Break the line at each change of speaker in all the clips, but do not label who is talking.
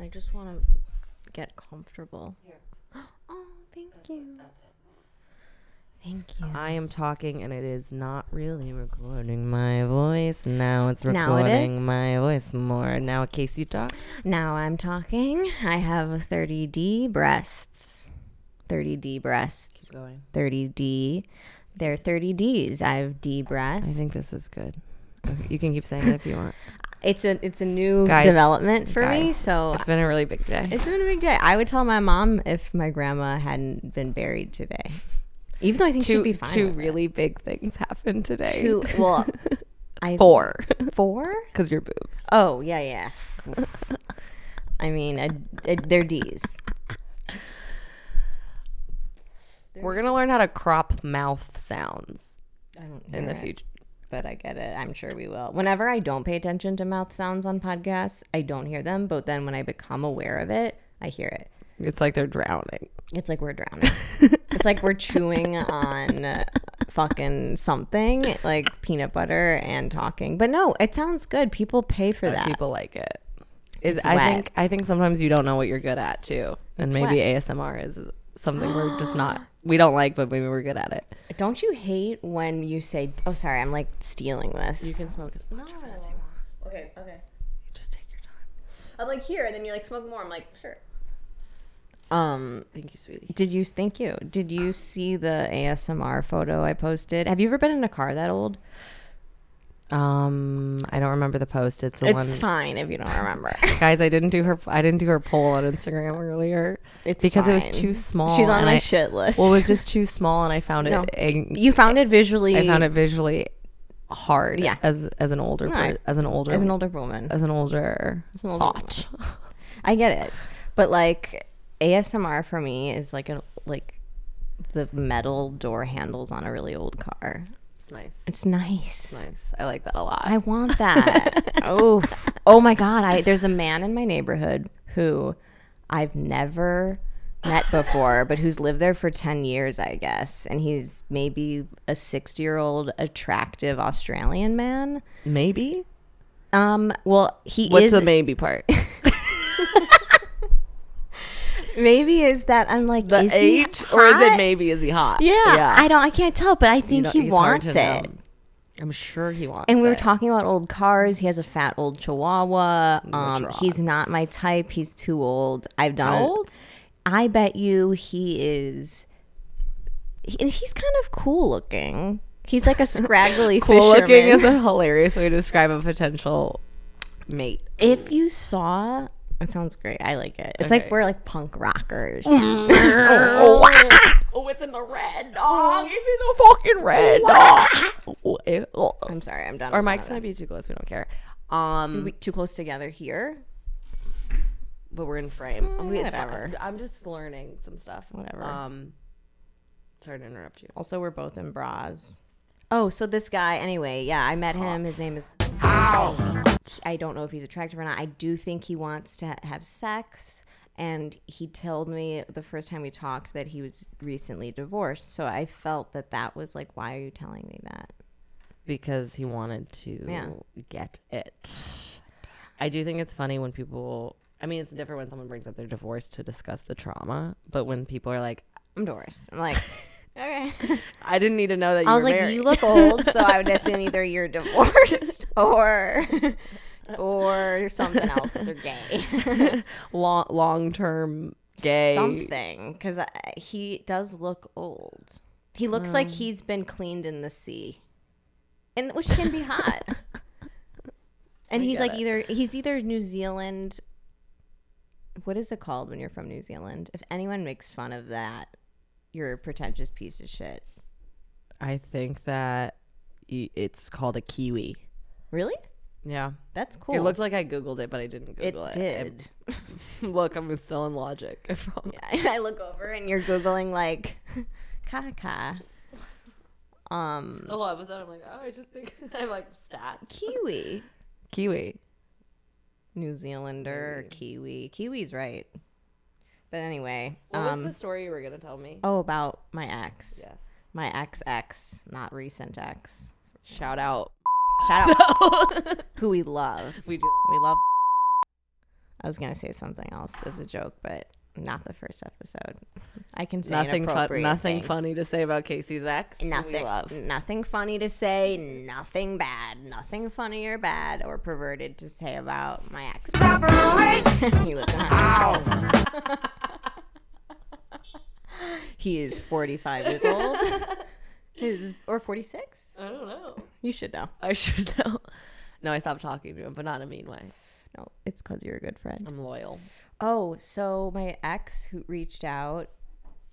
I just want to get comfortable.
Here.
Oh, thank
That's
you.
it. That's it.
Thank you.
I am talking and it is not really recording my voice. Now it's
Now it
recording
is?
my voice more. Now Casey talks.
Now I'm talking. I have 30D breasts. 30D breasts.
Going.
30D. They're 30Ds. I have D
I
breasts.
think this is good. Okay, You can keep saying it if you want.
it's a it's a new
Guys,
development for me.
guys,
So
It's been a really big day.
It's been a big day. I would tell my mom if my grandma hadn't been buried today. Even though I think
two
she'd be fine.
two
with it.
really big things happened today.
Two- well, I
four
four.
because your boobs.
Oh yeah, yeah. I mean, I, I- they're D's.
We're gonna learn how to crop mouth sounds
I don't
in the
hear it,
future.
but I get it. I'm sure we will. Whenever I don't pay attention to mouth sounds on podcasts, I don't hear them. But then when I become aware of it, I hear it.
It's like they're drowning.
It's like we're drowning. it's like we're chewing on uh, fucking something like peanut butter and talking. But no, it sounds good. People pay for that.
People like it. It's,
It's
I
wet.
think I think sometimes you don't know what you're good at too, and maybe ASMR is something we're just not we don't like, but maybe we're good at it.
Don't you hate when you say, "Oh, sorry, I'm like stealing this." You
can smoke as much as you want.
okay, okay.
Just take your time.
I'm like here, and then you're like, "Smoke more." I'm like, "Sure." Um,
Thank you, sweetie.
did you thank you? Did you see the ASMR photo I posted? Have you ever been in a car that old?
Um, I don't remember the post. It's the one
It's fine if you don't remember.
guys. I didn't do her. I didn't do her poll on Instagram earlier.
It's
because it was
fine.
too small.
She's on
and
my
I-
shit list.
Well, it was just too small, and I found it.
No.
ang-
you found it visually.
I found it visually hard.
Yeah.
As as an older
I-
per- as an older
as an older woman.
as an older
an older
thought.
I get it, but like ASMR for me is like a like the metal door handles on a really old car.
It's nice.
It's nice.
Nice. I like that a lot.
I want that. oh, oh my god! I there's a man in my neighborhood who I've never met before, but who's lived there for ten years, I guess, and he's maybe a sixty year old attractive Australian man.
maybe.
Um, well, he
What's
is
the maybe part?
maybe is that I'm like
The
is he
age, or is it
hot?
maybe is he hot?
Yeah, I
You
don't. I can't tell, but I think
know,
he
he's hard
wants
to
it.
know. I'm sure he wants.
And we were
it.
talking about old cars. He has a fat old Chihuahua. Um,
drugs.
he's not my type. He's too old. I've done
How
it.
old?
I bet you he is. He, and he's kind of cool looking. He's like a scraggly
Cool
fisherman.
looking is a hilarious way to describe a potential mate.
if you saw, it sounds great. I like it. It's
Okay.
like we're like punk rockers.
Oh, it's in the red dog. It's in the fucking red dog.
I'm sorry. I'm done.
Our
with
mics
that.
might be too close. We don't care. Um,
We- too close together here.
but we're in frame. We- it's
Mm,
fine.
whatever.
I'm just learning some stuff.
Whatever.
Um, sorry to interrupt you.
Also, we're both in bras. Oh, so this guy, anyway, yeah, I met him. His name is. I don't know if he's attractive or not. I do think he wants to ha- have sex. And he told me the first time we talked that he was recently divorced. So I felt that that was like, why are you telling me that?
Because he wanted to
Yeah.
get it. I do think it's funny when people. I mean, it's different when someone brings up their divorce to discuss the trauma, but when people are like,
I'm divorced. I'm like, okay.
"I didn't need to know that." You
I was
were
like,
married.
you look old. So I would assume either you're divorced or. Or something else, or gay.
long long term gay.
something because he does look old. He looks
Hmm.
like he's been cleaned in the sea, and which can be hot. and he's
get
like
it.
either he's either New Zealand. What is it called when you're from New Zealand? If anyone makes fun of that, you're a pretentious piece of shit.
I think that y- it's called a kiwi.
Really?
Yeah.
That's cool.
It looked like I googled it, but I didn't
it
Google it.
did.
I- look, I'm still in logic. I promise.
I look over and you're googling like kaka. Um,
The whole episode, I'm like, oh, I just think I'm like stats.
kiwi.
Kiwi.
New Zealander, or Kiwi. Kiwi's right. But anyway,
What
um,
was the story you were gonna tell me?
oh, about my ex.
Yes.
My ex ex, not recent ex.
Shout out.
Shout out who we love.
We do.
We love. I was gonna say something else as a joke, but not the first episode. I can say
Nothing fun.
inappropriate
Nothing
things.
funny to say about Casey's ex. We
Nothing.
love.
Nothing funny to say. Nothing bad. Nothing funny or bad or perverted to say about my ex. he lives in Huntington. He is 45 years old. His or 46?
I don't know.
You should know.
I should know. No, I stopped talking to him, but not in a mean way.
No, it's because you're a good friend.
I'm loyal.
Oh, so my ex who reached out,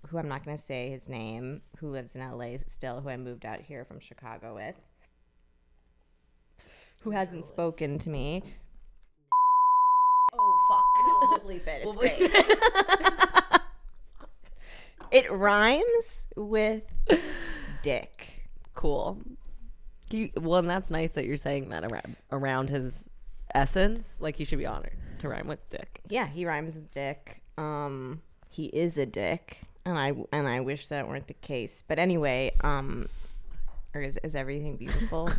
who I'm not going to say his name, who lives in LA still, who I moved out here from Chicago with, who hasn't spoken to me.
Oh
We'll bleep it. It's great. It rhymes with dick.
cool. You, well, and that's nice that you're saying that around, around his essence. Like you should be honored to rhyme with dick.
Yeah, he rhymes with dick. Um, he is a dick, and I and I wish that weren't the case. But anyway, um, or is is everything beautiful?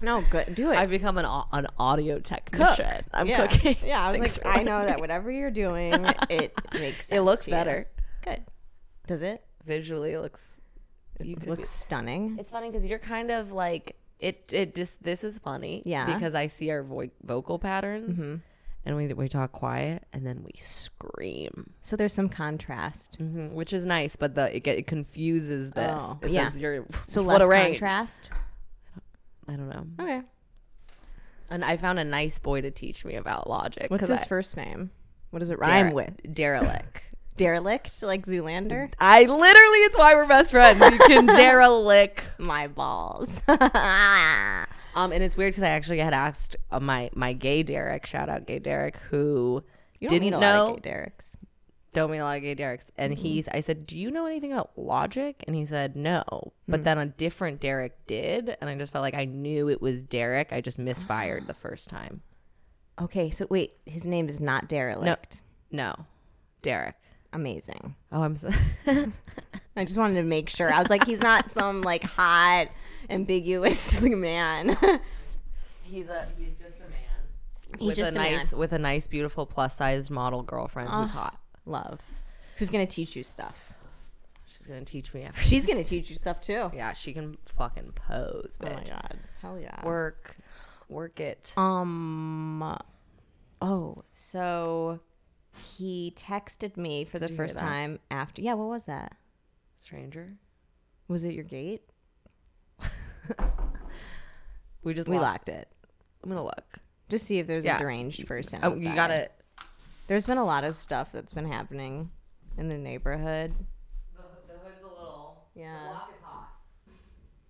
no, good. Do it.
I've become an au- an audio technician. I'm
yeah.
cooking.
Yeah, I was
Thanks
like,
for
I know
letting
that
me-
whatever you're doing, it makes sense
It looks
to you.
better.
Good. Does it?
Visually, it looks. You
It
could
looks stunning.
It's funny because you're kind of like it. It just this is funny,
Yeah. Mm-hmm.
Because I see our vo- vocal patterns, and we we talk quiet, and then we scream,
So there's some contrast.
Mm-hmm. which is nice. But the it, get, it confuses this.
Mm-hmm. Oh,
it
yeah.
says you're
So
what
less
a range.
contrast.
I don't know.
Okay.
And I found a nice boy to teach me about logic.
What's
'cause
his
I,
first name? What does it
Dere-
rhyme with?
derelict.
Derelict, like Zoolander.
I literally, it's why we're best friends. You can derelict
My balls. yeah.
Um, and it's weird because I actually had asked uh, my my gay Derek, shout out gay Derek, who
You don't
didn't
meet a lot
know
of gay Derek's.
don't meet a lot of gay Dereks, and he's I said, do you know anything about logic? And he said no, but then a different Derek did, and I just felt like I knew it was Derek. I just misfired the first time.
Okay, so wait, his name is not Derelict.
No, Derek.
Amazing.
Oh, I'm so-
I just wanted to make sure. I was like, he's not some like hot, ambiguous man.
he's a he's just a man
He's
with
just
a
a man.
nice with a nice beautiful plus sized model girlfriend who's hot. Ah. Love.
Who's gonna teach you stuff?
She's gonna teach me everything.
She's gonna teach you stuff too.
Yeah, she can fucking pose, bitch.
Oh my god. Hell yeah.
work work it
Um. Oh, so he texted me for the
you hear
first
that?
time after. Yeah, what was that?
stranger
Was it your gate?
we just
We
lock-
locked it.
i'm gonna look
Just see if there's
Yeah.
a deranged person.
oh you
outside.
got it
There's been a lot of stuff that's been happening in the neighborhood.
the, the hood's a little
Yeah.
is hot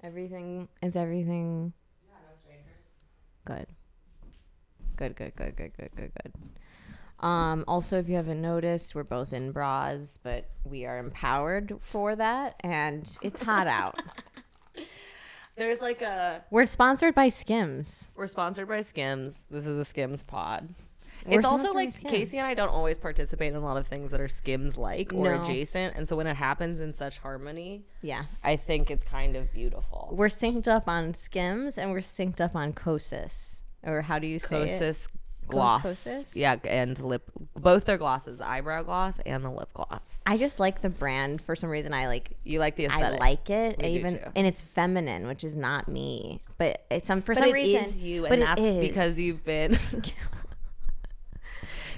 Everything is everything
yeah no strangers
good. Good, good, good, good, good, good, good. Um, also, if you haven't noticed, we're both in bras, but we are empowered for that, and it's hot out.
there's like a
We're sponsored by Skims.
we're sponsored by skims this is a skims pod
We're
it's also
sponsored by
like
Skims.
Casey and I don't always participate in a lot of things that are Skims like or
No.
adjacent, and so when it happens in such harmony,
Yeah.
I think it's kind of beautiful.
We're synced up on Skims and we're synced up on Kosas. Or how do you say it?
Kosas gloss,
Kosas?
yeah, and lip. Both their glosses, the eyebrow gloss and the lip gloss.
I just like the brand for some reason. I like
You like the
I
aesthetic?
like it,
We
and
do
even
too.
and it's feminine, which is not me. But it's some for
but
some
it
reason
is you,
but
and
it
that's
is.
because you've been.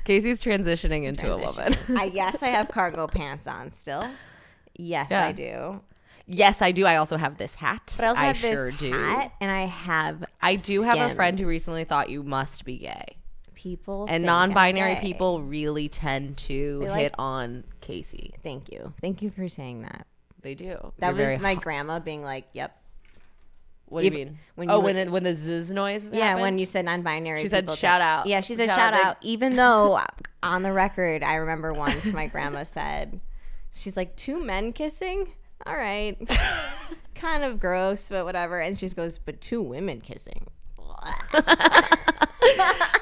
Casey's transitioning into a woman.
I yes, I have cargo pants on still. Yes,
Yeah.
I do.
yes, I do. I also have this hat.
But I also have
sure
this
do.
hat, and I have
I do have a friend who
Skims.
recently thought you must be gay,
people
and
think I'm
non-binary
gay.
people really tend to
They
hit
like-
on Casey.
Thank you, thank you for saying that.
They do.
That
You're very
was my
hot. grandma.
grandma being like, "Yep,
What do you
even-
mean?
when
oh,
you-
when it, when the zzz noise.
Yeah, when
happened?
you said non-binary,
She said,
people think-
"Shout out."
Yeah, she said
Shout
shout,
out,
out.
like-
Even though on the record, I remember once my grandma said, "She's like two men kissing." All right, kind of gross, but whatever. And she goes, "But two women kissing."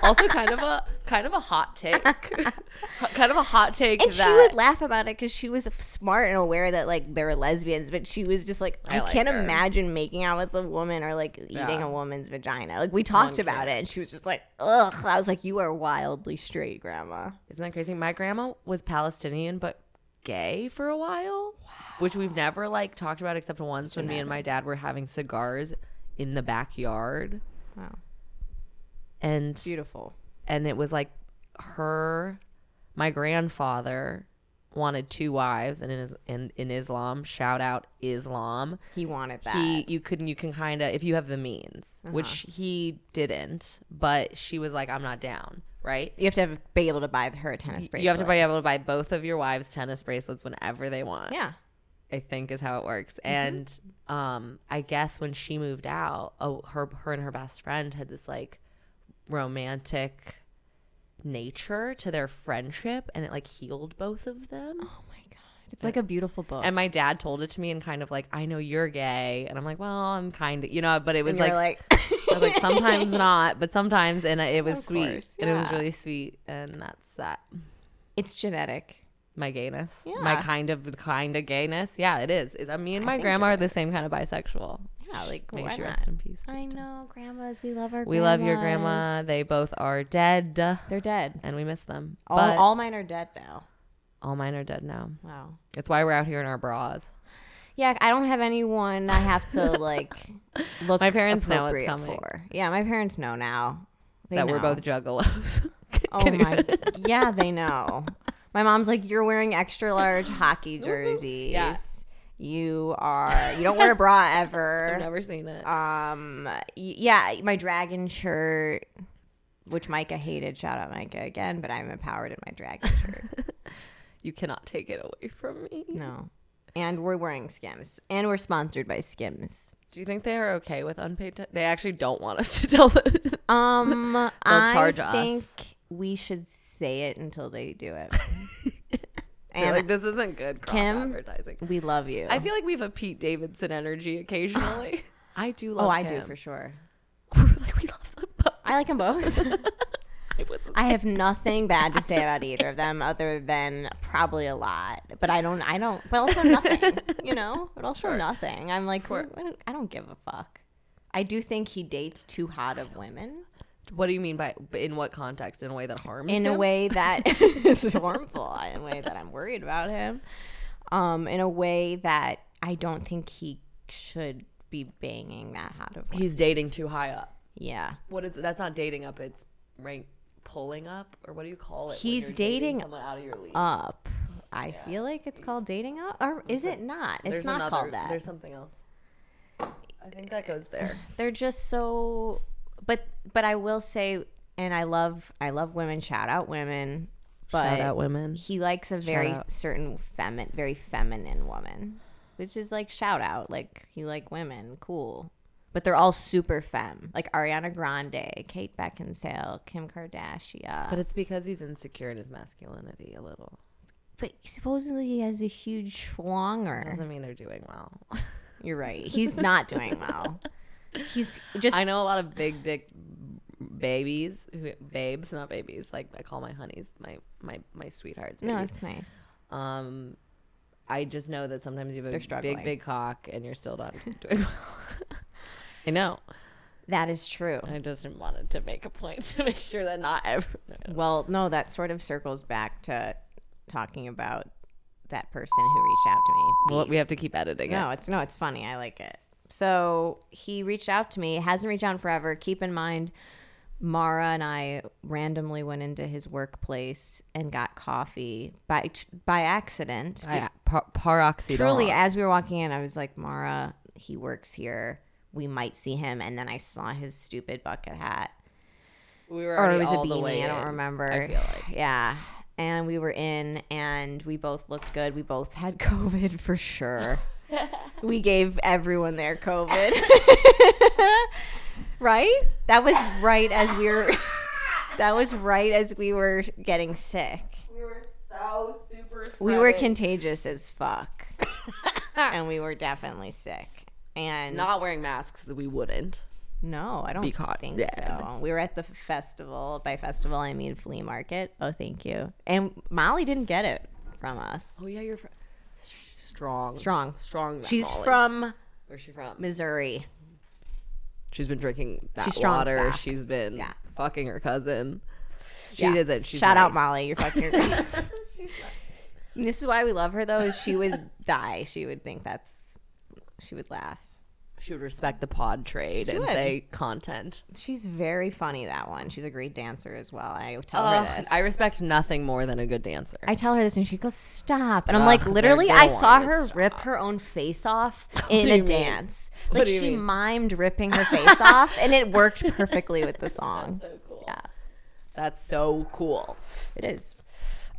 also kind of a kind of a hot take. kind of a hot take
And
that
she would laugh about it because she was f- smart and aware that like they were lesbians, but she was just like, I,
I like
can't
her.
imagine making out with a woman or like eating
Yeah.
a woman's vagina. Like we talked
Monkey.
about it, and she was just like, ugh. I was like, you are wildly straight, Grandma.
Isn't that crazy? My grandma was Palestinian but gay for a while, which we've never like talked about except once when me and my dad were having cigars in the backyard.
Wow.
And
Beautiful.
and it was like her my grandfather wanted two wives and in his, in, in Islam, shout out Islam.
He wanted that.
He you couldn't you can kind of if you have the means, which he didn't, but she was like I'm not down, right?
you have to have, be able to buy her a tennis bracelet.
You have to be able to buy both of your wives tennis bracelets whenever they want.
Yeah. Mm-hmm.
I think is how it works. And um, I guess when she moved out, oh, her her and her best friend had this like romantic nature to their friendship, and it like healed both of them.
Oh my god. It's like a beautiful book.
And my dad told it to me, and kind of like, I know you're gay, and I'm like, well, I'm kind of, you know, but it was
And you're
like, I was like, sometimes not, but sometimes, and it was
Of
sweet,
course,
and it was
yeah.
really sweet, and that's that.
it's genetic.
My gayness, my
Yeah.
kind of kind of gayness, yeah, it is. It, me and my
think
grandma
it
are the same kind of bisexual.
Yeah, like
May
why
she
not?
rest in peace.
I know, grandmas. We love our.
We love your grandma.
grandmas.
They both are dead,
They're dead.
and we miss them.
All,
but all,
all mine are dead now.
mine are dead now.
Wow.
It's why we're out here in our bras.
Yeah, I don't have anyone I have to like look.
My parents know it's
appropriate
coming.
For. Yeah, my parents know now. They
that
know.
we're both juggalos.
Oh my. yeah, they know. My mom's like, you're wearing extra large hockey jerseys.
Yeah.
You are. You don't wear a bra ever.
I've never seen it.
Um. y- Yeah, my dragon shirt, which Micah hated. Shout out Micah again, but I'm empowered in my dragon shirt.
You cannot take it away from me.
no. And we're wearing Skims, and we're sponsored by Skims.
Do you think they are okay with unpaid? T- they actually don't want us to tell them.
Um, I
charge us.
think we should say it until they do it.
They're
and
like this isn't good cross
Kim,
advertising.
we love you.
I feel like we have a Pete Davidson energy occasionally. I do love.
oh, I
Kim.
do for sure.
We're like we love them. Both.
I like them both.
I wasn't
I have nothing bad to say about either of them, other than probably a lot. But I don't. I don't. But also nothing. You know. But also nothing. I'm like, I don't- I don't give a fuck. I do think he dates too hot of women.
What do you mean by in what context? In a way that harms
in a
him?
way that is harmful in a way that i'm worried about him um in a way that i don't think he should be banging that hot of
he's dating too high up.
yeah
What is that's not dating up? It's rank pulling up or what do you call it? when
He's
you're
dating
someone out of your league.
up i feel like it's called dating up or is it not it's
There's
not
another-
called that
There's something else. I think that goes there.
they're just so but but i will say and i love i love women shout out women but
women.
he likes a very
out.
certain feminine very feminine woman which is like shout out like you like women cool but they're all super femme like ariana grande kate beckinsale kim kardashian
But
but,
it's because he's insecure in his masculinity a little.
supposedly he has a huge schwanger
Doesn't mean they're doing well.
you're right he's not doing well he's just
I know a lot of big dick babies, who, babes, not babies. Like I call my honeys, my my my sweethearts.
no
babies.
it's nice
Um, I just know that sometimes you have a big,
struggling.
big cock and you're still not doing well. I know.
that is true
I just wanted to make a point to make sure that not ever.
Well, no, that sort of circles back to talking about that person who reached out to me.
Well, we have to keep editing
No, it's no, it's funny. I like it. So he reached out to me. Hasn't reached out in forever. Keep in mind, Mara and I randomly went into his workplace and got coffee by by accident.
it. Par- paroxydol.
Truly, as we were walking in, I was like, Mara, he works here. We might see him. And then I saw his stupid bucket hat
we were
or
already
it was a
all the way
beanie. I don't
in.
remember.
I feel like
yeah. And we were in, and we both looked good. We both had COVID for sure. we gave everyone their COVID, right? That was right as we were. that was right as we were getting sick.
we were so super.
We were contagious as fuck, and we were definitely sick. And
not wearing masks. We wouldn't.
No, I don't
Be caught,
think
yeah.
so. We were at the festival. By festival, I mean flea market. Oh, thank you. And Molly didn't get it from us.
Oh yeah, you're fr- strong,
Strong.
strong. that
She's
Molly.
from
Where's she from?
Missouri.
She's been drinking that
She's strong
water.
stock.
She's been
Yeah.
fucking her cousin. She
Yeah.
does it. She's
Shout out
nice.
Molly, you're fucking. She's This is why we love her though. Is she would die. She would think that's. She would laugh.
She would respect the pod trade and
would.
say content.
She's very funny. That one. She's a great dancer as well. I tell her
Ugh,
this.
I respect nothing more than a good dancer.
I tell her this and she goes, Stop. And I'm
Ugh,
like,
they're
literally,
gonna
I saw
want you to
her
stop.
rip her own face off in
do
a
you mean?
dance.
What
Like,
do you
she
mean?
mimed ripping her face off, and it worked perfectly with the song. Yeah,
That's so cool.
it is.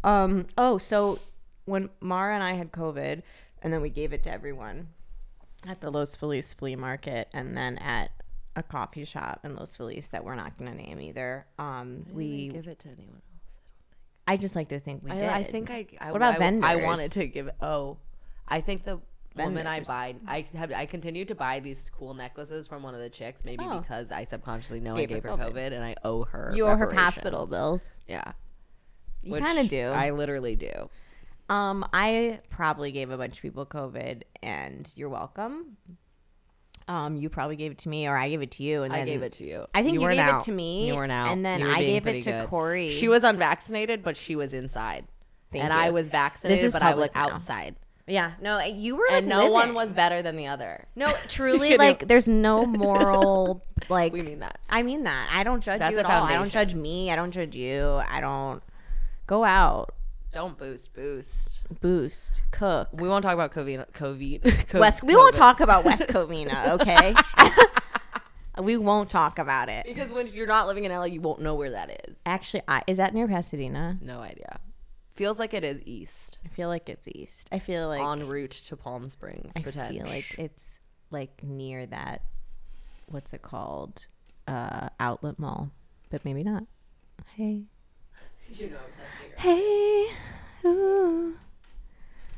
Um, oh, so when Mara and I had COVID, and then we gave it to everyone at the Los Feliz flea market and then at a coffee shop in Los Feliz that we're not going to name either. Um, we,
give it to anyone else.
I just like to think we did.
I, I think I. I
What about
I, I
vendors?
wanted to give. Oh, I think the woman I
Vendors.
buy. I have. I continue to buy these cool necklaces from one of the chicks. Maybe
Oh.
because I subconsciously know
Gave
I
her
gave her
COVID.
COVID. and I owe her.
you owe her hospital
reparations.
bills.
Yeah,
You
Which
kind of do.
I literally do.
Um, I probably gave a bunch of people COVID, and you're welcome. Um, you probably gave it to me, or I gave it to you, and then
I gave it to you.
I think you
weren't
gave it
out.
to me,
You weren't out,
and then
You were
I
being
gave it
pretty
to
good.
Corey.
She was unvaccinated, but she was inside,
Thank
and
you.
I was vaccinated,
is
but I was
public now.
outside,
Yeah, no, you were,
and
like,
no
living.
one was better than the other.
No, truly,
You know.
like, there's no moral, like.
We mean that.
I mean that. I don't judge
That's
you
a
at all. I don't
foundation.
judge me. I don't judge you. I don't go out,
Don't boost, boost.
boost, cook.
We won't talk about COVID. COVID. co-
West. We won't
COVID.
talk about West Covina, okay? we won't talk about it.
because when if you're not living in LA, you won't know where that is.
Actually, I, is that near Pasadena?
No idea. Feels like it is east,
I feel like it's east. I feel like
en route to Palm Springs.
I
Pretend.
feel like it's like near that. What's it called? Uh, outlet Mall, but maybe not. Hey,
you know, I'm testing her.
hey, ooh.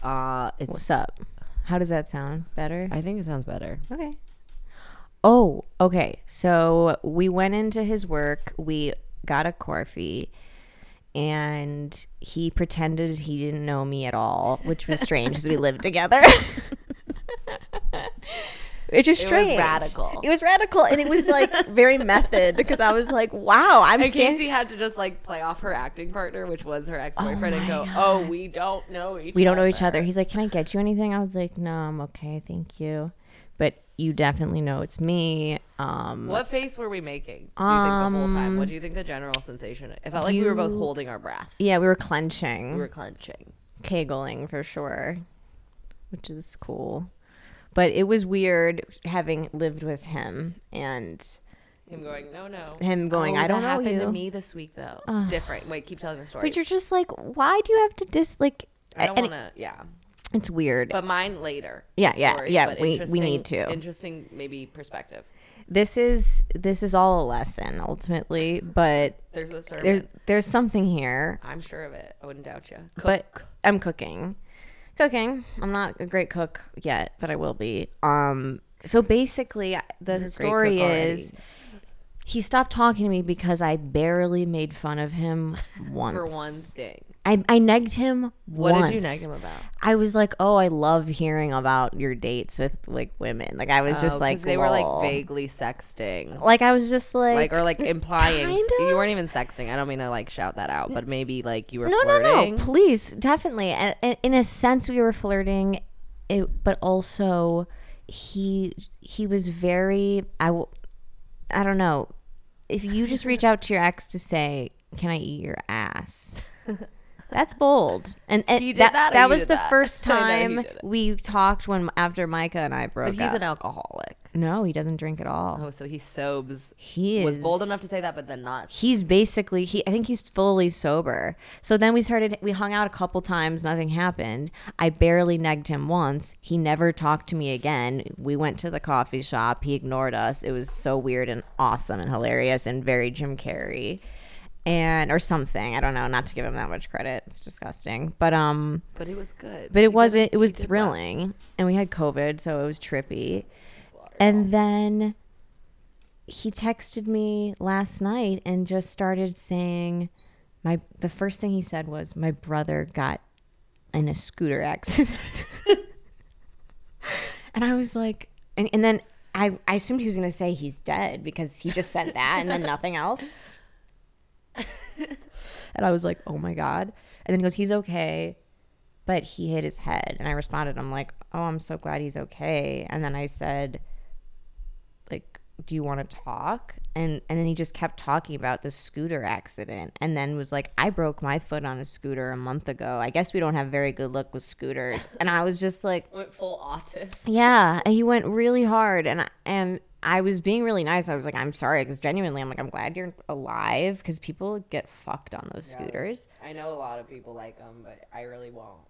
Uh, it's
what's up? How does that sound? Better?
I think it sounds better.
Okay. Oh, okay. So we went into his work. We got a coffee, and he pretended he didn't know me at all, which was strange because we lived together. It's just
was
strange.
radical.
It was radical, and it was like very method because I was like, "Wow, I'm
And
standing."
Casey had to just like play off her acting partner, which was her ex boyfriend, and
my
go, "Oh, we don't know each.
we don't know each other. He's like, "Can I get you anything?" I was like, "No, I'm okay, thank you." But you definitely know it's me. Um,
What face were we making? Do you think the whole time? What do you think the general sensation? It felt like we were both
you-
holding our breath.
Yeah, we were clenching.
We were clenching.
kegling for sure, which is cool. But it was weird having lived with him and
Him going, "No, no."
him going,
Oh,
I don't
that
know
happened
you.
to me this week though. Different. Wait, keep telling the story.
But you're just like, why do you have to dis like?
I don't
and
want to. Yeah,
it's weird.
but mine later.
Yeah, yeah, yeah,
but
we- we need
interesting-
to.
Interesting, maybe perspective.
this is this is all a lesson ultimately, but
There's a sermon.
there's there's something here.
I'm sure of it. I wouldn't doubt you.
But I'm cooking, cooking. I'm not a great cook yet, but I will be. Um. So basically, the story is. he stopped talking to me because I barely made fun of him once.
for one thing,
I, I negged him
what
once.
did you nag him about?
I was like, oh, I love hearing about your dates with like women. Like I was just
Oh, 'cause
like,
they were
lol.
like vaguely sexting.
Like I was just like,
Like or like implying
kind
you
of?
weren't even sexting. I don't mean to like shout that out, but maybe like you were
no, no,
flirting.
no, please, definitely. And, and in a sense, we were flirting, it, but also he he was very I w- I don't know. If you just reach out to your ex to say, "Can I eat your ass?" That's bold, and, and
He did
that,
that or you
was
did
the
that?
first
I know he
time
did it.
we talked when after Micah and I broke
But he's
up.
an alcoholic.
no, he doesn't drink at all.
Oh, so he sobes.
He is
was bold enough to say that, but then not
he's basically he i think he's fully sober so then we started we hung out a couple times nothing happened i barely negged him once he never talked to me again we went to the coffee shop he ignored us it was so weird and awesome and hilarious and very jim carrey and or something i don't know not to give him that much credit it's disgusting but um
But it was good.
but
He
it
did
wasn't it was
did well.
thrilling and we had covid so it was trippy
his water.
and then he texted me last night and just started saying my the first thing he said was my brother got in a scooter accident. and I was like and, and then I, I assumed he was gonna say he's dead because he just said that and then nothing else. and I was like, oh my God. And then he goes, he's okay, but he hit his head. And I responded, I'm like, oh, I'm so glad he's okay. And then I said, like, do you want to talk? And and then he just kept talking about the scooter accident and then was like, I broke my foot on a scooter a month ago. I guess we don't have very good luck with scooters. And I was just like,
Went full autist.
yeah, and he went really hard, and I- and I was being really nice. I was like, I'm sorry, because genuinely, I'm like, I'm glad you're alive, because people get fucked on those scooters.
I know a lot of people like them, but I really won't.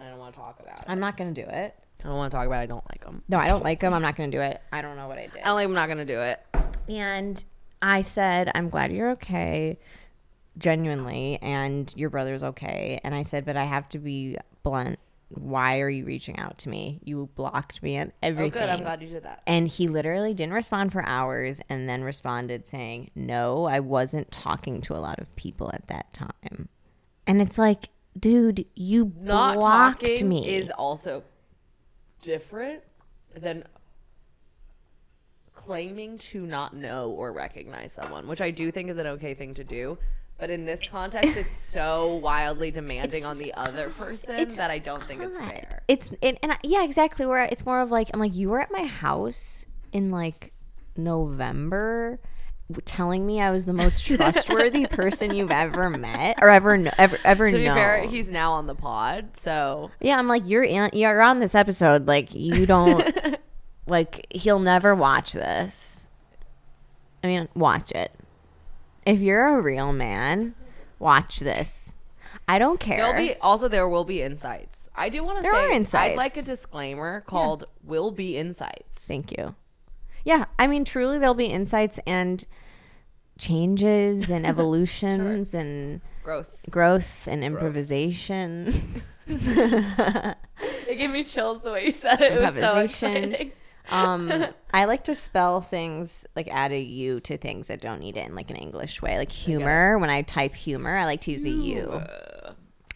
I don't want to talk about it.
I'm not gonna do it.
I don't want to talk about it. I don't like them.
No, I don't like him. I'm not gonna do it. I don't know what I did.
I'm like, I'm not going to do it.
And I said, I'm glad you're okay, genuinely, and your brother's okay. And I said, but I have to be blunt. Why are you reaching out to me? You blocked me and
Oh,
everything.
good. I'm glad you did that.
And he literally didn't respond for hours and then responded saying, No, I wasn't talking to a lot of people at that time. And it's like, dude, you
Not
blocked
talking
me.
is also different than claiming to not know or recognize someone, which I do think is an okay thing to do. But in this context, it's so wildly demanding on the other person that I don't think it's
God.
fair.
It's and, and I- yeah, exactly. Where it's more of like I'm like you were at my house in like November, w- telling me I was the most trustworthy person you've ever met or ever kn- ever ever
To be
known.
fair, he's now on the pod, so
Yeah, I'm like you're in, you're on this episode. Like you don't like he'll never watch this. I mean, watch it. If you're a real man, watch this. I don't care.
there'll be also there will be insights. I do want to
There
say
are
I'd like a
insights.
disclaimer called "Will Be Insights."
Thank you. Yeah, I mean, truly, there'll be insights and changes and evolutions and
Growth.
growth and improvisation.
It gave me chills the way you said it. It was so
Improvisation.
exciting.
um, I like to spell things like add a U to things that don't need it in like an English way, like humor. When I type humor, I like to use a U.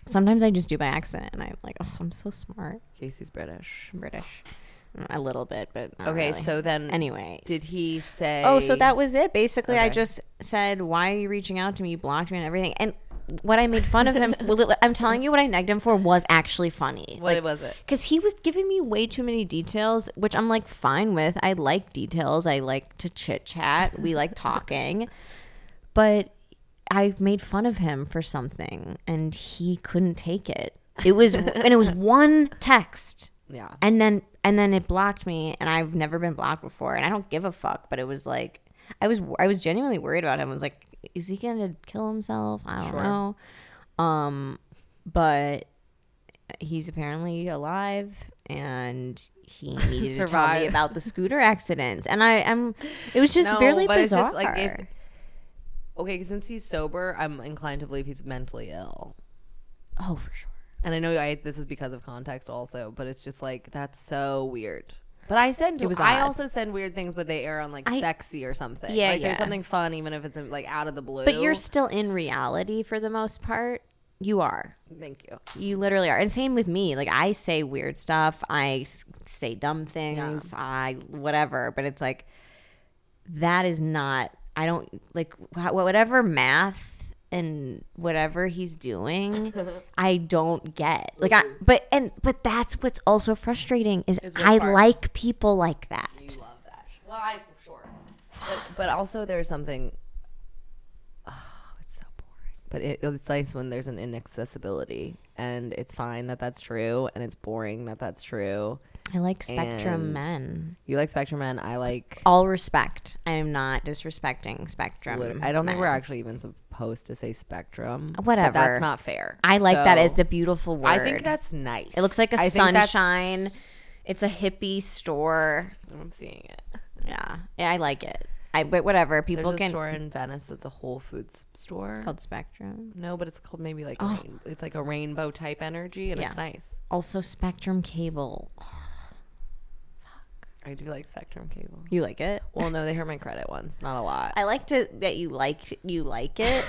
Sometimes I just do by accident, and I'm like, oh, I'm so smart.
Casey's British.
I'm British, Mm, a little bit, but not
Okay,
really.
so then
anyway,
did he say?
Oh, so that was it. Basically, I
Okay.
just said, "Why are you reaching out to me? You blocked me and everything." And what I made fun of him, well, I'm telling you, what I negged him for was actually funny.
What was it?
Because he was giving me way too many details, which I'm like fine with. I like details. I like to chit chat. We like talking, but I made fun of him for something, and he couldn't take it. It was, and it was one text
Yeah.
and then and then it blocked me and i've never been blocked before and i don't give a fuck but it was like i was i was genuinely worried about him I was like is he gonna kill himself i don't
Sure.
know um but he's apparently alive and he needed to tell me
Survived.
about the scooter accidents and i am it was just barely
but it's
bizarre
just, like, if- Okay, since he's sober, I'm inclined to believe he's mentally ill.
oh for sure
And I know I this is because of context also, but it's just like that's so weird. But I send
was
I
odd.
also send weird things, but they air on like
I-
sexy or something.
Yeah,
like, there's
yeah.
something fun even if it's like out of the blue.
but you're still in reality for the most part you are
thank you.
You literally are. And same with me. Like I say weird stuff. I s- say dumb things. I whatever. But it's like that is not. I don't like wha- whatever math and whatever he's doing. I don't get. Like I.
Mm-hmm.
But and but that's what's also frustrating is I like people like that.
You love that. Well, I for sure. But, but also there's something. Oh, it's so boring. But it, it's nice when there's an inaccessibility, and it's fine that that's true, and it's boring that that's true.
I like spectrum
And-
men.
You like Spectrum Men. I like.
All respect. I am not disrespecting spectrum.
lit- I don't think
men.
we're actually even supposed to say Spectrum. but
Whatever.
that's not fair.
I like that
So,
as the beautiful word.
I think that's nice.
It looks like a
a
sunshine. It's a hippie store.
I'm seeing it.
Yeah, yeah, I like it. I but whatever
There's
people
a
can
store in Venice that's a Whole Foods store.
called Spectrum.
no, but it's called maybe like
Oh.
rain- it's like a rainbow type energy, and it's
Yeah.
nice.
Also, Spectrum Cable.
I do like Spectrum cable.
You like it?
Well, no, they hurt my credit once. Not a lot.
I liked it that you like you like it.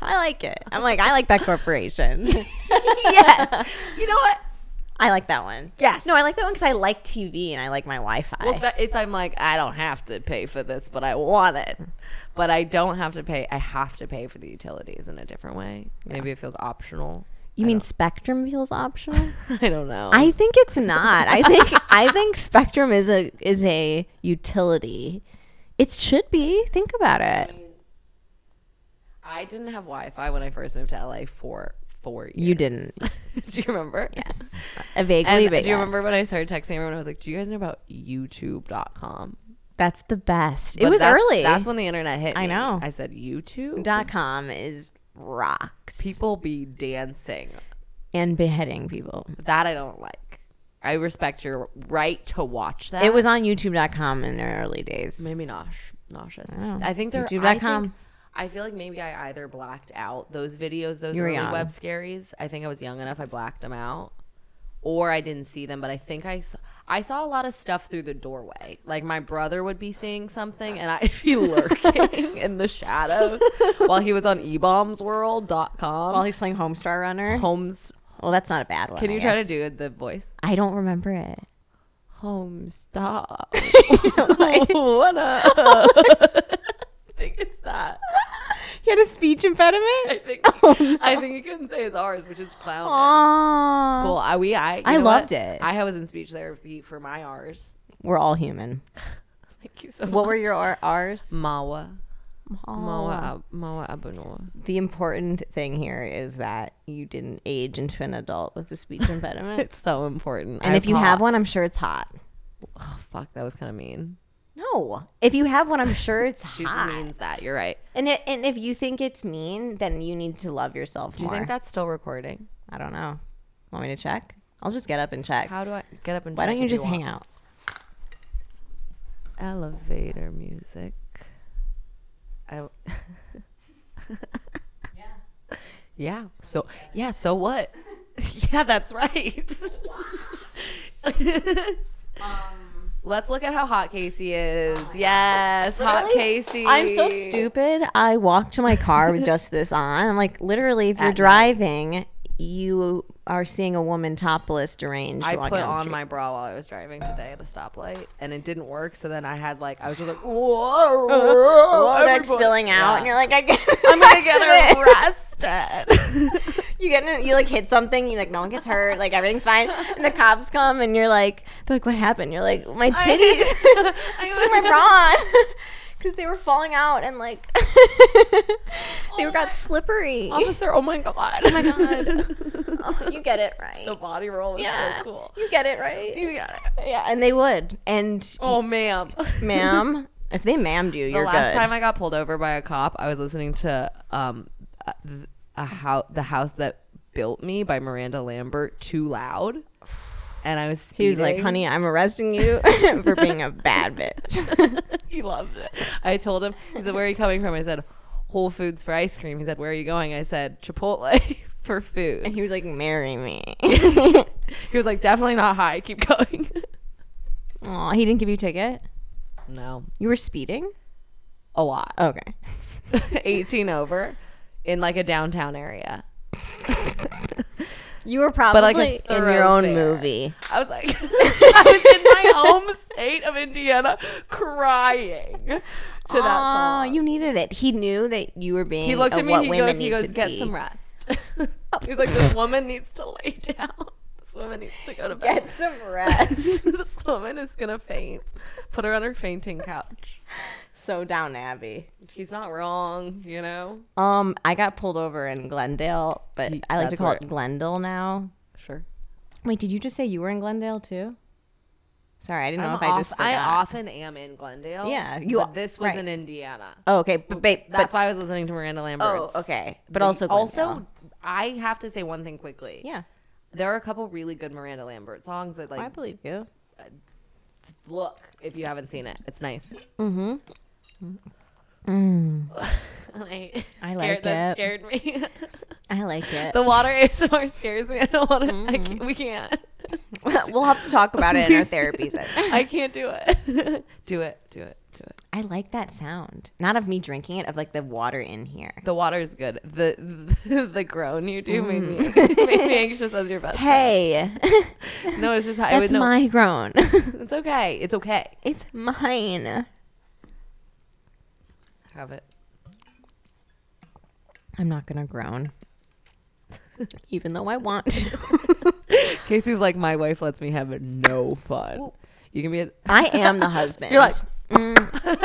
I like it. I'm like I like that corporation.
yes. You know what?
I like that one.
Yes.
No, I like that one because I like TV and I like my Wi-Fi.
Well, spe- it's I'm like I don't have to pay for this, but I want it. But I don't have to pay. I have to pay for the utilities in a different way. Maybe it feels optional.
you mean Spectrum feels optional?
I don't know.
I think it's not. I think I think Spectrum is a is a utility. It should be. Think about it.
I didn't have Wi-Fi when I first moved to LA for four years.
You didn't.
do you remember?
Yes. Uh, vaguely,
And
but
do you
yes.
remember when I started texting everyone? I was like, "Do you guys know about YouTube.com?"
That's the best. it
But
was
that's-
early.
That's when the internet hit.
I
me.
know.
I said YouTube.
dot com is rocks
People be dancing.
and beheading people.
That I don't like. I respect your right to watch that.
It was on YouTube.com in the early days.
maybe nosh, nauseous.
know.
I think they're. I,
YouTube.com.
think- I feel like maybe I either blacked out those videos, those
You were
early
young.
web scaries. I think I was young enough. I blacked them out, or I didn't see them. But I think I saw, I saw a lot of stuff through the doorway. Like my brother would be seeing something, and I'd be lurking in the shadows while he was on E ebombsworld.com.
While Oh, he's playing Homestar Runner.
Homes.
Well, that's not a bad one.
Can you
I
try to
guess.
do the voice?
I don't remember it.
Home stop. what up? I think it's that.
He had a speech
I
impediment.
think I think he couldn't say his R's, which is clown.
Aww.
Cool. I we I you
I
know what?
loved it.
I was in speech therapy for my R's.
We're all human.
Thank you so much.
What were your R- R's?
Mawa.
Aw.
Mawa Ab- Mawa Abunoa.
The important thing here is that you didn't age into an adult with a speech impediment.
It's so important.
and
I
if you have
pa-
one, I'm sure it's hot.
oh, fuck, that was kind of mean.
No, if you have one, I'm sure it's
She
hot.
just means that. You're right.
And it, and if you think it's mean, then you need to love yourself
Do you
more.
think that's still recording?
I don't know. Want me to check? I'll just get up and check.
How do I get up and?
Why
check
don't you
if
just
want?
hang out?
elevator music. I yeah. Yeah. So yeah, so what? yeah, that's right. Let's look at how hot Casey is. yes, hot Casey.
I'm so stupid. I walk to my car with just this on. I'm like, literally, if you're
At night.
driving, you are seeing a woman topless, deranged.
I
walking
put
down the
on
street.
my bra while I was driving today at a stoplight, and it didn't work. So then I had like I was just like, whoa,
Oh,
whoa
that's spilling out,
Yeah.
and you're like, I get.
I'm gonna get
accident.
arrested.
You get in, you like hit something, you like no one gets hurt, like everything's fine, and the cops come, and you're like, they're like, what happened? You're like, my titties. I, was putting my bra on because they were falling out, and like they were got slippery.
Officer, oh my god. Oh my
God. Oh, you get it
the
right.
body roll is
Yeah,
so cool.
you get it right.
You got it.
Yeah, and they would, and
Oh ma'am.
ma'am, if they ma'amed you,
The
you're
last
good.
time I got pulled over by a cop, I was listening to um a, a house the house that built me by Miranda Lambert too loud. And I was
he was like,
speeding.
"Honey, I'm arresting you for being a bad bitch."
he loved it. I told him, he said, Where are you coming from? I said, Whole Foods for ice cream. He said, Where are you going? I said, Chipotle for
and
food.
he was like, "Marry me."
He was like, Definitely not high, keep going.
Aw, he didn't give you a ticket.
no.
You were speeding?
A lot.
Okay.
18 over in like a downtown area.
You were probably
like, a
in your own
thoroughfare.
movie.
I was like, I was in my home state of Indiana crying to that
Aw,
song.
you needed it. He knew that you were being
he looked
a
at me
what
and he
women
goes,
need
he goes,
to
get
be."
some rest. he was like, this woman needs to lay down. This woman needs to go to bed.
Get some rest.
this woman is going to faint. Put her on her fainting couch.
so down Abby.
He's not wrong, you know?
Um, I got pulled over in Glendale, but
Ye-
I like to
that's
call
where-
it Glendale now.
Sure.
Wait, did you just say you were in Glendale too? Sorry, I didn't know
I'm
if
off-
I just forgot.
I often am in Glendale.
Yeah, you
You,
are-
but this was
right.
in Indiana.
oh, okay, but babe,
That's
but
why I was listening to Miranda Lambert.
oh, okay, but
The-
also
also
Glendale.
I have to say one thing quickly.
yeah,
There are a couple really good Miranda Lambert songs that like
I believe you.
look if you haven't seen it. It's nice. Mm-hmm. I,
I
scared-
like
that
it.
scared me.
I like it. Mm-hmm.
the water ASMR scares me. I don't want to. I can't, we can't.
we'll have to talk about it in our therapy session.
I can't do it. do it. Do it. Do it.
I like that sound. Not of me drinking it, of like the water in here.
The water's good. The the, the groan you do made me, made me anxious as your best.
Mm-hmm. Hey,
friend. no, it's just how I
that's
would know.
my groan.
It's okay. It's okay.
it's mine.
Have it.
I'm not gonna groan, even though I want to.
Casey's like my wife lets me have no fun. You can be. A,
I am the husband.
You're like-
Mm.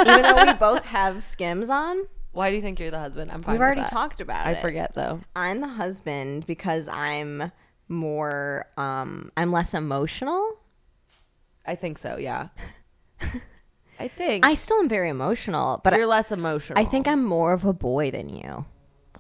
even though we both have skims on,
why do you think you're the husband? I'm fine.
we've
with
already
that.
talked about
I
it.
forget though.
I'm the husband because I'm more um I'm less emotional.
I think so. Yeah. I think
I still am very emotional, but I,
you're less emotional.
I think I'm more of a boy than you.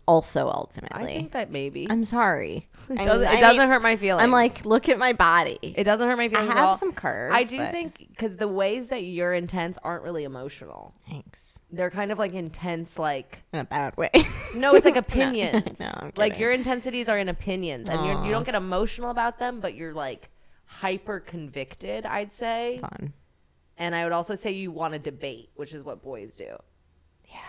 Also ultimately.
I think that maybe
I'm sorry.
it
I
doesn't,
mean- I
it doesn't
mean,
hurt my feelings.
I'm like, look at my body.
it doesn't hurt my
I
feelings. at all.
have some curves.
I do
but-
think because the ways that you're intense aren't really emotional.
thanks
They're kind of like intense, like
in a bad way.
no, it's like opinions.
No, I'm
like
kidding.
your intensities are in opinions, and you're, you don't get emotional about them, but you're like hyper convicted. I'd say,
Fun.
and I would also say you want to debate, which is what boys do. Yeah.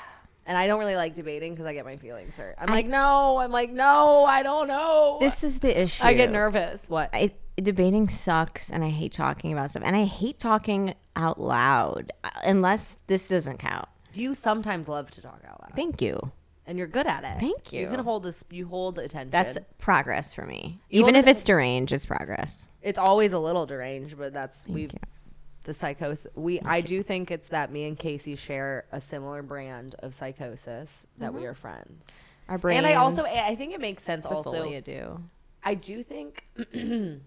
And I don't really like debating because I get my feelings hurt. I'm like, no, I'm like, no, I don't know.
This is the issue.
I get nervous. What?
I, debating sucks and I hate talking about stuff and I hate talking out loud uh, unless this doesn't count.
You sometimes love to talk out loud.
Thank you.
and you're good at it.
Thank
You
you.
can hold this. You hold attention.
That's progress for me.
You
Even
will-
if it's deranged, it's progress.
it's always a little deranged, but that's we
you.
the psychosis. We I do think it's that me and Casey share a similar brand of psychosis that
Mm-hmm.
we are friends.
Our brains.
And I also I think it makes sense
that's all
also
you do.
I do think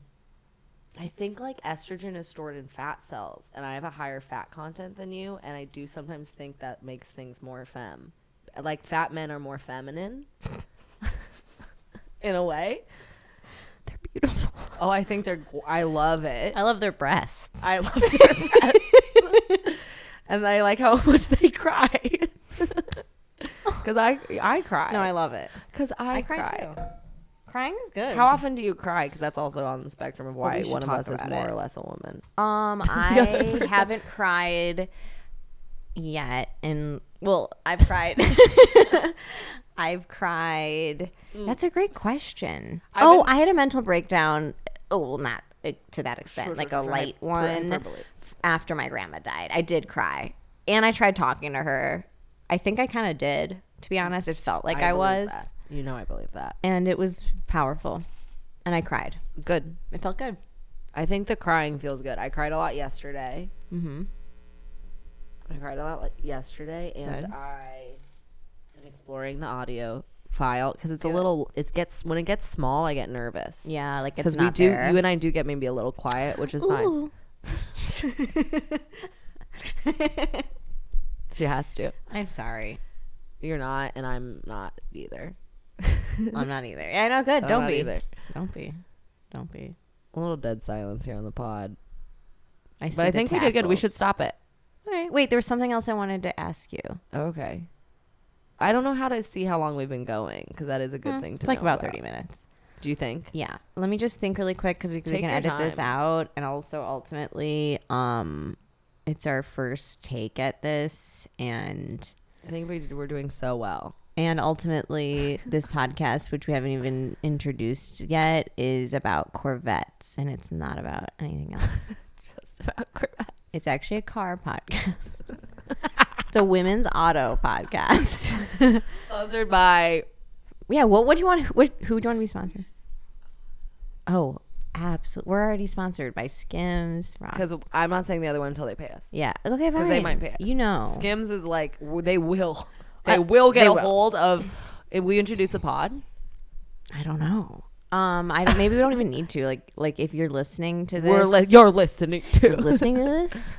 I think like estrogen is stored in fat cells and I have a higher fat content than you and I do sometimes think that makes things more femme. Like fat men are more feminine in a way.
They're beautiful.
Oh, I think they're g- I love it.
I love their breasts.
I love their breasts. and I like how much they cry. Cause I I cry.
no, I love it.
Cause I, cry.
Crying is good.
How often do you cry? Because that's also on the spectrum of why
we should
one of
talk
us is
about
more
it.
or less a woman.
um,
other
I
person.
haven't cried yet, and well, I've cried. I've cried. That's a great question.
Mm. I've
oh,
been-
I had a mental breakdown. Oh, well, not uh, to that extent,
Sure,
like
sure,
a
sure.
light
Hyper-
one.
hyperbole.
f- After my grandma died, I did cry, and I tried talking to her. I think I kind of did. To be honest, it felt like I,
believe
was,
that. You know, I believe that.
and it was powerful, and I cried.
Good.
It felt good.
I think the crying feels good. I cried a lot yesterday. Mm-hmm. I cried a lot like, yesterday, and I am exploring the audio file because it's a little. It gets when it gets small, I get nervous.
Yeah, like it's
because we
not
do
there.
you and i do get maybe a little quiet which is fine
Ooh.
she has to
I'm sorry.
you're not and i'm not either
I'm not either. I know. Good.
I'm
Don't
not
be.
either.
Don't be. Don't be.
a little dead silence here on the pod
I see
but i
the
think we did good we should
tassels.
stop it
Okay. Wait, there was something else I wanted to ask you.
okay i don't know how to see how long we've been going because that is a good thing to
Hmm. It's like
know
about 30 minutes.
do you think
Yeah. Let me just think really quick because we, can- we can
Take your
edit this
time.
out, and also ultimately, um, it's our first take at this, and
i think we were doing so well
and ultimately, this podcast, which we haven't even introduced yet, is about Corvettes, and it's not about anything else.
just about correct
It's actually a car podcast. it's a women's auto podcast.
sponsored by
yeah. What would you want? What, who do you want to be sponsored? Oh, absolutely. We're already sponsored by Skims. Rock.
because i'm not saying the other one until they pay us
Yeah. Okay. Fine.
because they might pay us.
You know.
Skims is like w- they will,
I-
they will get
they
a
will.
hold of. If we introduce the pod,
I don't know. Um. I don't. Maybe we don't even need to. Like. Like if you're listening to this,
we're li- you're listening to
listening to this.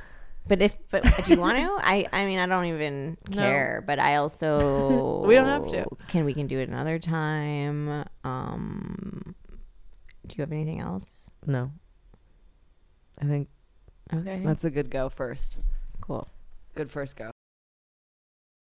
But if but if you want to, I I mean I don't even care. But I also
We don't have to.
Can we can do it another time? Um, do you have anything else?
No, I think
Okay,
that's a good go first.
cool.
Good first go.